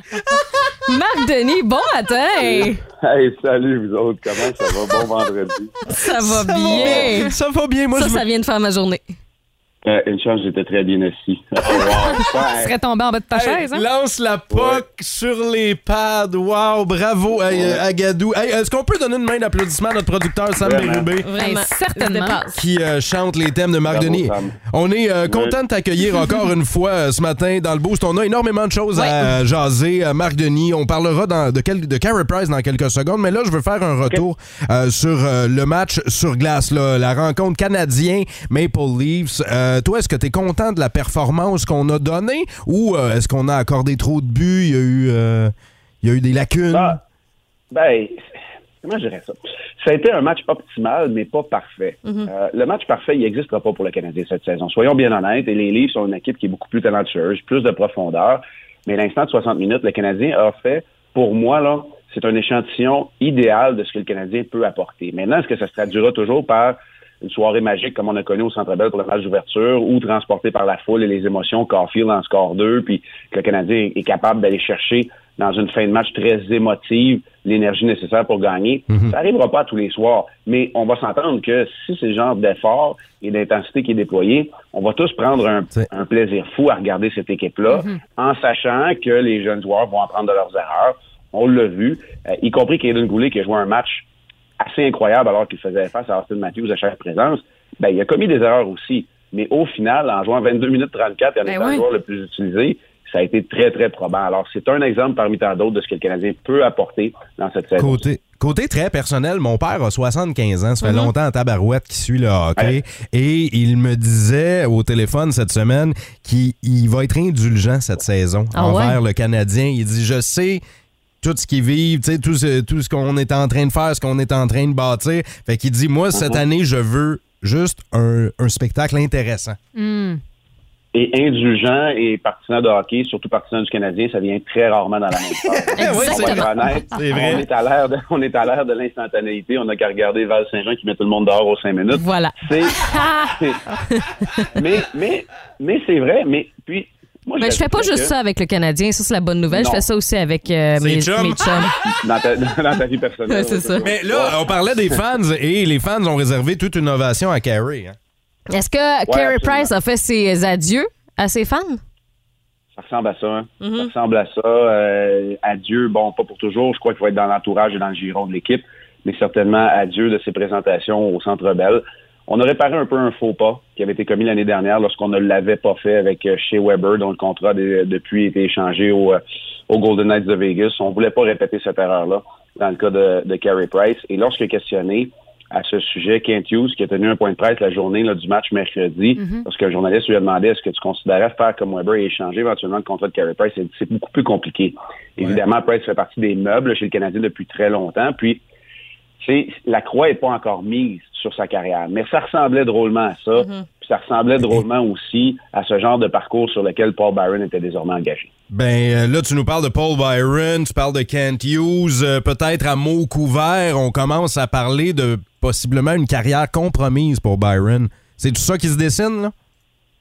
F: Marc Denis, bon matin!
N: Hey, salut vous autres, comment ça va? Bon vendredi.
F: Ça va
N: Ça va
F: bien!
N: bien,
E: Ça va bien, moi
F: Ça, ça vient de faire ma journée.
N: Euh, une chance, j'étais très bien assis. Oh, wow.
G: Tu serais tombé en bas de ta
E: Hey,
G: chaise, hein?
E: Lance la POC sur les pads. Wow, bravo, hey, euh, Agadou. Hey, Est-ce qu'on peut donner une main d'applaudissement à notre producteur Sam
N: Vraiment.
E: Bérubé?
G: Vraiment. Certainement.
E: qui euh, chante les thèmes de Marc
N: Bravo,
E: Denis.
N: Sam.
E: On est euh, content de t'accueillir encore une fois euh, ce matin dans le Boost. On a énormément de choses à jaser. Euh, Marc Denis, on parlera dans- de, quel, de Carey Price dans quelques secondes, mais là, je veux faire un retour euh, sur euh, le match sur glace, là, la rencontre canadien Maple Leafs. Euh, toi, est-ce que tu es content de la performance qu'on a donnée ou euh, est-ce qu'on a accordé trop de buts? Il y a eu, euh, il y a eu des lacunes?
N: Ben, comment je dirais ça? Ça a été un match optimal, mais pas parfait.
L: Mhm.
N: Euh, le match parfait, il n'existera pas pour le Canadien cette saison. Soyons bien honnêtes, et les Leafs sont une équipe qui est beaucoup plus talentueuse, plus de profondeur. Mais l'instant de 60 minutes, le Canadien a fait, pour moi, là, c'est un échantillon idéal de ce que le Canadien peut apporter. Maintenant, est-ce que ça se traduira toujours par une soirée magique comme on a connu au Centre Bell pour le match d'ouverture ou transporté par la foule et les émotions, Caulfield en score 2, puis que le Canadien est capable d'aller chercher dans une fin de match très émotive l'énergie nécessaire pour gagner. Ça n'arrivera pas à tous les soirs, mais on va s'entendre que si c'est le genre d'effort et d'intensité qui est déployé, on va tous prendre un, un plaisir fou à regarder cette équipe-là
O: Mhm.
N: en sachant que les jeunes joueurs vont apprendre de leurs erreurs. On l'a vu, euh, y compris Caden Goulet qui a joué un match assez incroyable alors qu'il faisait face à Austin Matthews à chaque présence, ben, il a commis des erreurs aussi. Mais au final, en jouant 22 minutes 34 et en
O: Ben
N: étant
O: oui.
N: le joueur le plus utilisé, ça a été très, très probant. Alors, c'est un exemple parmi tant d'autres de ce que le Canadien peut apporter dans cette saison.
E: Côté, côté très personnel, mon père a 75 ans, ça
F: Mhm.
E: fait longtemps à tabarouette qui suit le hockey, et il me disait au téléphone cette semaine qu'il il va être indulgent cette saison
P: Ah
E: envers
P: ouais?
E: le Canadien. Il dit, je sais tout ce qu'ils vivent, tu sais, tout ce, tout ce qu'on est en train de faire, ce qu'on est en train de bâtir. Fait qu'il
F: Mhm.
E: dit, moi, cette année, je veux juste un, un spectacle intéressant.
G: Hmm.
N: et indulgent et partisan de hockey, surtout partisan du Canadien, ça vient très rarement dans la même phase.
L: Exactement.
N: On va être honnête,
L: Eh C'est vrai.
N: On est à l'ère de, on est à l'ère de l'instantanéité. On a qu'à regarder Val Saint-Jean qui met tout le monde dehors aux cinq minutes.
F: Voilà.
N: C'est, c'est- mais, mais, mais c'est vrai. Mais puis, moi,
F: Mais Ben, je fais pas
N: j'ajouterais
F: juste
N: que-
F: ça avec le Canadien, ça c'est la bonne nouvelle.
N: Non.
F: Je fais ça aussi avec euh, mes, mes chums.
N: Dans ta, dans ta vie personnelle.
F: Ouais, c'est ça.
E: Mais là, on parlait des fans et les fans ont réservé toute une ovation à Carrie. hein.
F: Est-ce que Carey Price a fait ses adieux à ses fans?
N: Ça ressemble à ça. hein. Ça ressemble à ça. Euh, adieu, bon, pas pour toujours. Je crois qu'il va être dans l'entourage et dans le giron de l'équipe, mais certainement adieu de ses présentations au Centre Bell. On a réparé un peu un faux pas qui avait été commis l'année dernière lorsqu'on ne l'avait pas fait avec euh, Shea Weber, dont le contrat a dé- depuis a été échangé au, euh, au Golden Knights de Vegas. On voulait pas répéter cette erreur-là dans le cas de, de Carey Price. Et lorsque questionné à ce sujet, Kent Hughes, qui a tenu un point de presse la journée là, du match mercredi,
O: Mhm.
N: parce que le journaliste lui a demandé est-ce que tu considérais faire comme Weber et échanger éventuellement le contrat de Carey Price. Il a dit, C'est beaucoup plus compliqué. Évidemment, Price fait partie des meubles chez le Canadien depuis très longtemps. Puis, tu sais, la croix n'est pas encore mise sur sa carrière. Mais ça ressemblait drôlement à ça. Puis ça ressemblait drôlement aussi à ce genre de parcours sur lequel Paul Byron était désormais engagé.
E: Ben euh, là, tu nous parles de Paul Byron, tu parles de Kent Hughes, euh, peut-être à mots couverts, on commence à parler de possiblement une carrière compromise pour Byron. C'est tout ça qui se dessine, là?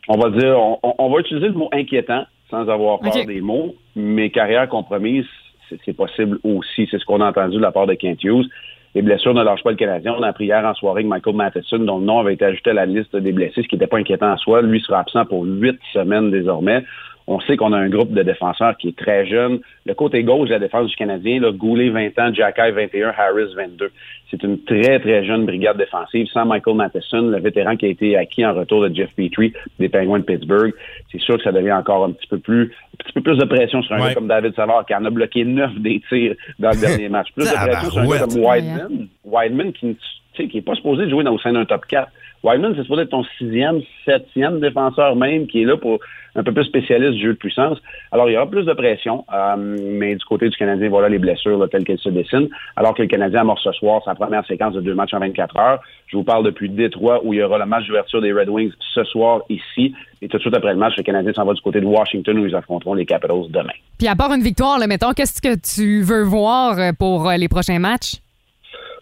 N: On va dire, on, on- on va utiliser le mot inquiétant sans avoir peur
E: Ok.
N: des mots, mais carrière compromise, c'est- c'est possible aussi. C'est ce qu'on a entendu de la part de Kent Hughes. Les blessures ne lâchent pas le Canadien. On a appris hier en soirée que Michael Matheson, dont le nom avait été ajouté à la liste des blessés, ce qui n'était pas inquiétant en soi, lui sera absent pour huit semaines désormais. On sait qu'on a un groupe de défenseurs qui est très jeune. Le côté gauche de la défense du Canadien, là, Goulet 20 ans, Jacky 21, Harris 22. C'est une très, très jeune brigade défensive sans Michael Matheson, le vétéran qui a été acquis en retour de Jeff Petrie des Penguins de Pittsburgh. C'est sûr que ça devient encore un petit peu plus, un petit peu plus de pression sur un
E: Ouais.
N: gars comme David Savard qui en a bloqué neuf des tirs dans le dernier match. Plus de pression sur un gars
E: Tabarouette.
N: comme Wideman. Wideman qui, ne- tu sais, qui est pas supposé jouer dans au sein d'un top 4. Wideman, c'est supposé être ton sixième, septième défenseur même, qui est là pour un peu plus spécialiste du jeu de puissance. Alors, il y aura plus de pression, euh, mais du côté du Canadien, voilà les blessures là, telles qu'elles se dessinent. Alors que le Canadien amorce ce soir sa première séquence de deux matchs en 24 heures. Je vous parle depuis Détroit, où il y aura le match d'ouverture des Red Wings ce soir ici. Et tout de suite après le match, le Canadien s'en va du côté de Washington, où ils affronteront les Capitals demain.
G: Puis à part une victoire, là, mettons, qu'est-ce que tu veux voir euh, pour euh, les prochains matchs?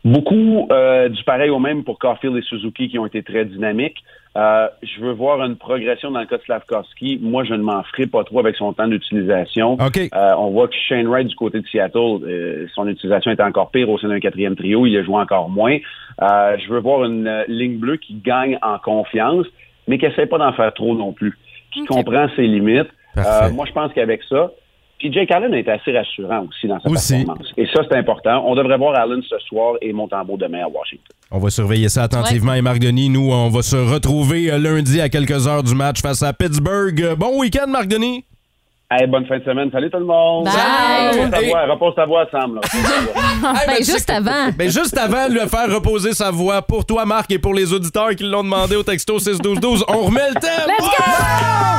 N: Beaucoup euh, du pareil au même pour Caulfield et Suzuki qui ont été très dynamiques. Euh, je veux voir une progression dans le cas de Slavkovski. Moi, je ne m'en ferai pas trop avec son temps d'utilisation. Euh, on voit que Shane Wright du côté de Seattle, euh, son utilisation est encore pire au sein d'un quatrième trio. Il a joué encore moins. Euh, je veux voir une euh, ligne bleue qui gagne en confiance, mais qui n'essaie pas d'en faire trop non plus, qui comprend ses limites.
E: Parfait.
N: Euh, moi, je pense qu'avec ça, puis Jake Allen est assez rassurant aussi dans sa
E: Aussi.
N: performance. Et ça, c'est important. On devrait voir Allen ce soir et Montembeau demain à Washington.
E: On va surveiller ça attentivement. Et Marc Denis, nous, on va se retrouver euh, lundi à quelques heures du match face à Pittsburgh. Euh, Bon week-end, Marc Denis!
N: Hey, bonne fin de semaine. Salut tout le monde.
E: Bye.
N: Repose ta voix, repose ta voix, Sam. là.
F: ben, juste avant.
E: Ben juste avant de le faire reposer sa voix pour toi, Marc, et pour les auditeurs qui l'ont demandé au texto 61212, on remet le thème!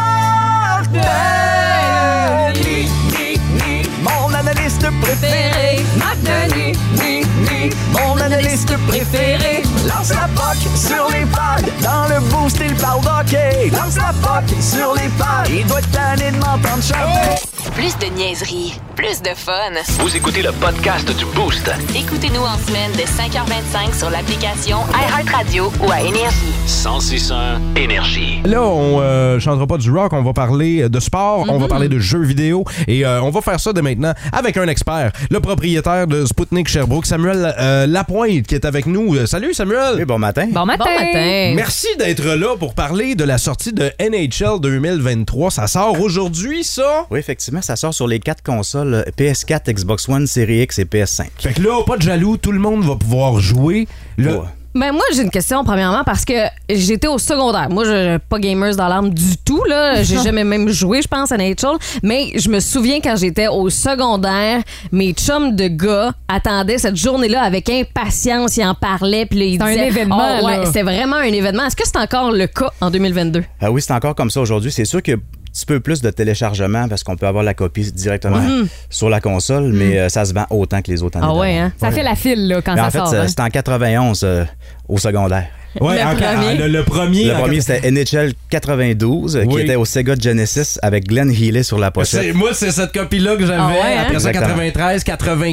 L: Mon analyste préféré, Marc Denis, ni, ni. Mon analyste préféré, lance la POC sur les pads. Dans le boost, il parle d'hockey. Lance la POC sur les pads. Il doit être tanné de m'entendre chanter.
A: Plus de niaiserie, plus de fun.
B: Vous écoutez le podcast du Boost.
A: Écoutez-nous en semaine de 5h25 sur l'application iHeartRadio ou à Énergie.
B: 1061 Énergie.
E: Là, on euh, chantera pas du rock, on va parler euh, de sport, on va
O: Mhm.
E: parler de jeux vidéo et euh, on va faire ça dès maintenant avec un expert, le propriétaire de Spoutnik Sherbrooke, Samuel euh, Lapointe, qui est avec nous. Euh, salut Samuel!
K: bon matin!
G: Bon matin! Bon matin.
E: Merci d'être là pour parler de la sortie de NHL 2023. Ça sort aujourd'hui, ça?
K: Oui, effectivement, ça sort sur les quatre consoles euh, PS4, Xbox One, Series X et PS5.
E: Fait que là, pas de jaloux, tout le monde va pouvoir jouer. Là,
F: Ben moi j'ai une question premièrement parce que j'étais au secondaire. Moi je suis pas gamers dans l'âme du tout là, j'ai jamais même joué je pense à NHL, mais je me souviens quand j'étais au secondaire, mes chums de gars attendaient cette journée-là avec impatience, ils en parlaient puis là, ils
G: C'est un
F: disaient
G: événement,
F: Oh, ouais,
G: là.
F: c'était vraiment un événement. Est-ce que c'est encore le cas en 2022
O: Ah oui, c'est encore comme ça aujourd'hui. C'est sûr que petit peu plus de téléchargement parce qu'on peut avoir la copie directement
G: Ouais. Mm.
O: sur la console, mais euh, ça se vend autant que les autres années.
G: Ah ouais, hein? Ça
O: Ouais.
G: fait la file là, quand
O: Mais Ben, en
G: ça
O: fait,
G: sort.
O: ça-
G: hein?
O: c'était en 91 euh, au secondaire.
E: Ouais, en- en- le, le premier.
O: Le
E: en-
O: premier, c'était NHL 92, qui
E: Oui.
O: était au Sega Genesis avec Glenn Healy sur la pochette.
E: Euh, C'est- moi, c'est cette copie-là que j'avais.
O: Ah ouais, hein?
E: Après ça,
O: Exactement.
E: 93,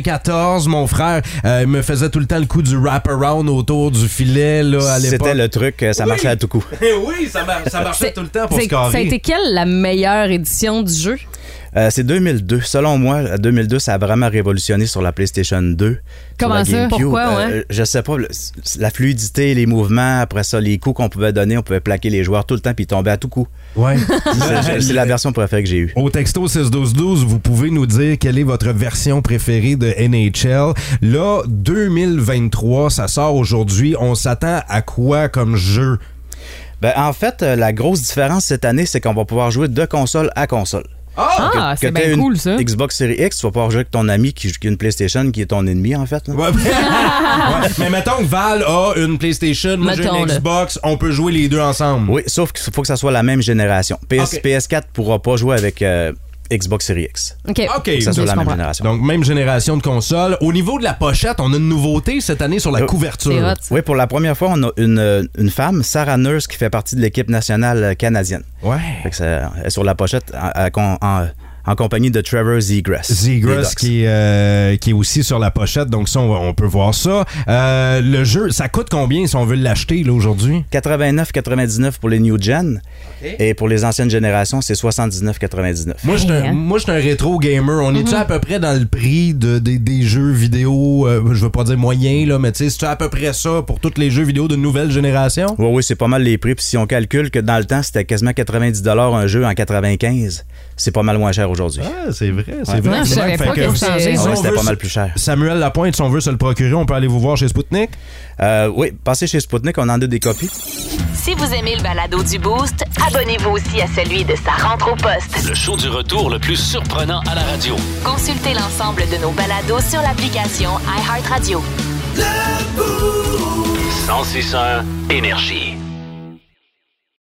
E: 94, mon frère euh, me faisait tout le temps le coup du wrap-around autour du filet là, à l'époque.
O: C'était le truc, euh, ça
E: Oui.
O: marchait à tout coup.
E: Eh oui, ça, mar- ça marchait
F: C'est-
E: tout le temps pour
F: c'est-
E: se carrer.
F: Ça a été quelle la meilleure édition du jeu?
O: Euh, c'est 2002. Selon moi, 2002, ça a vraiment révolutionné sur la PlayStation 2. sur
F: Comment
O: la
F: ça?
O: GameCube. Euh,
F: Pourquoi, ouais?
O: je sais pas. le- La fluidité, les mouvements, après ça, les coups qu'on pouvait donner, on pouvait plaquer les joueurs tout le temps puis ils tombaient à tout coup.
E: Ouais.
O: C'est c'est la version préférée que j'ai eue.
E: Au texto 6-12-12, vous pouvez nous dire quelle est votre version préférée de NHL. Là, 2023, ça sort aujourd'hui. On s'attend à quoi comme jeu?
O: Ben, en fait, euh, la grosse différence cette année, c'est qu'on va pouvoir jouer de console à console.
G: Ah!
O: Que-
G: Ah,
O: que
G: c'est
O: t'aies
G: bien
O: une
G: cool, ça.
O: Xbox Series X, tu vas pouvoir jouer avec ton ami qui joue qui a une PlayStation qui est ton ennemi, en fait. là.
E: Ouais, mais mettons que Val a une PlayStation, moi j'ai une
O: Mettons-le.
E: Xbox, on peut jouer les deux ensemble.
O: Oui, sauf qu'il faut que ça soit la même génération. PS,
E: Ok.
O: PS4 pourra pas jouer avec euh, Xbox Series X.
F: OK.
E: OK.
O: Faut que ça soit la
E: Je
O: même
E: comprends.
O: génération.
E: Donc, même génération de consoles. Au niveau de la pochette, on a une nouveauté cette année sur la couverture.
O: Oui, pour la première fois, on a une, euh, une femme, Sarah Nurse, qui fait partie de l'équipe nationale euh, canadienne.
E: Ouais.
O: Fait que ça- elle est sur la pochette en, en- en- en compagnie de Trevor Zegras.
E: Zegras
O: Des Ducks.
E: qui, est, euh, qui est aussi sur la pochette, donc ça, on, va- on peut voir ça. Euh, le jeu, ça coûte combien si on veut l'acheter là aujourd'hui?
O: 89,99 pour les New Gen. Et pour les anciennes générations, c'est 79,99.
E: Moi, je suis un, moi, je suis un rétro gamer. On est-tu à peu près dans le prix de, des- des jeux vidéo, euh, je veux pas dire moyen, là, mais tu sais, c'est à peu près ça pour tous les jeux vidéo de nouvelle génération?
O: Oui, oui, c'est pas mal les prix. Puis si on calcule que dans le temps, c'était quasiment 90 un jeu en 95, c'est pas mal moins cher aujourd'hui.
E: Ah, c'est vrai, c'est
O: Ouais.
E: vrai.
O: Non, je savais
E: Fait
O: pas que
E: si
O: c'était-
E: on
O: Ah ouais, c'était
E: veut
O: pas mal
E: se-
O: plus cher.
E: Samuel Lapointe, si on veut se le procurer, on peut aller vous voir chez Spoutnik?
O: Euh, oui, passez chez Spoutnik, on en a des copies.
A: Si vous aimez le balado du Boost, abonnez-vous aussi à celui de sa rentre au poste.
B: Le show du retour le plus surprenant à la radio.
A: Consultez l'ensemble de nos balados sur l'application iHeartRadio.
B: 106 énergie.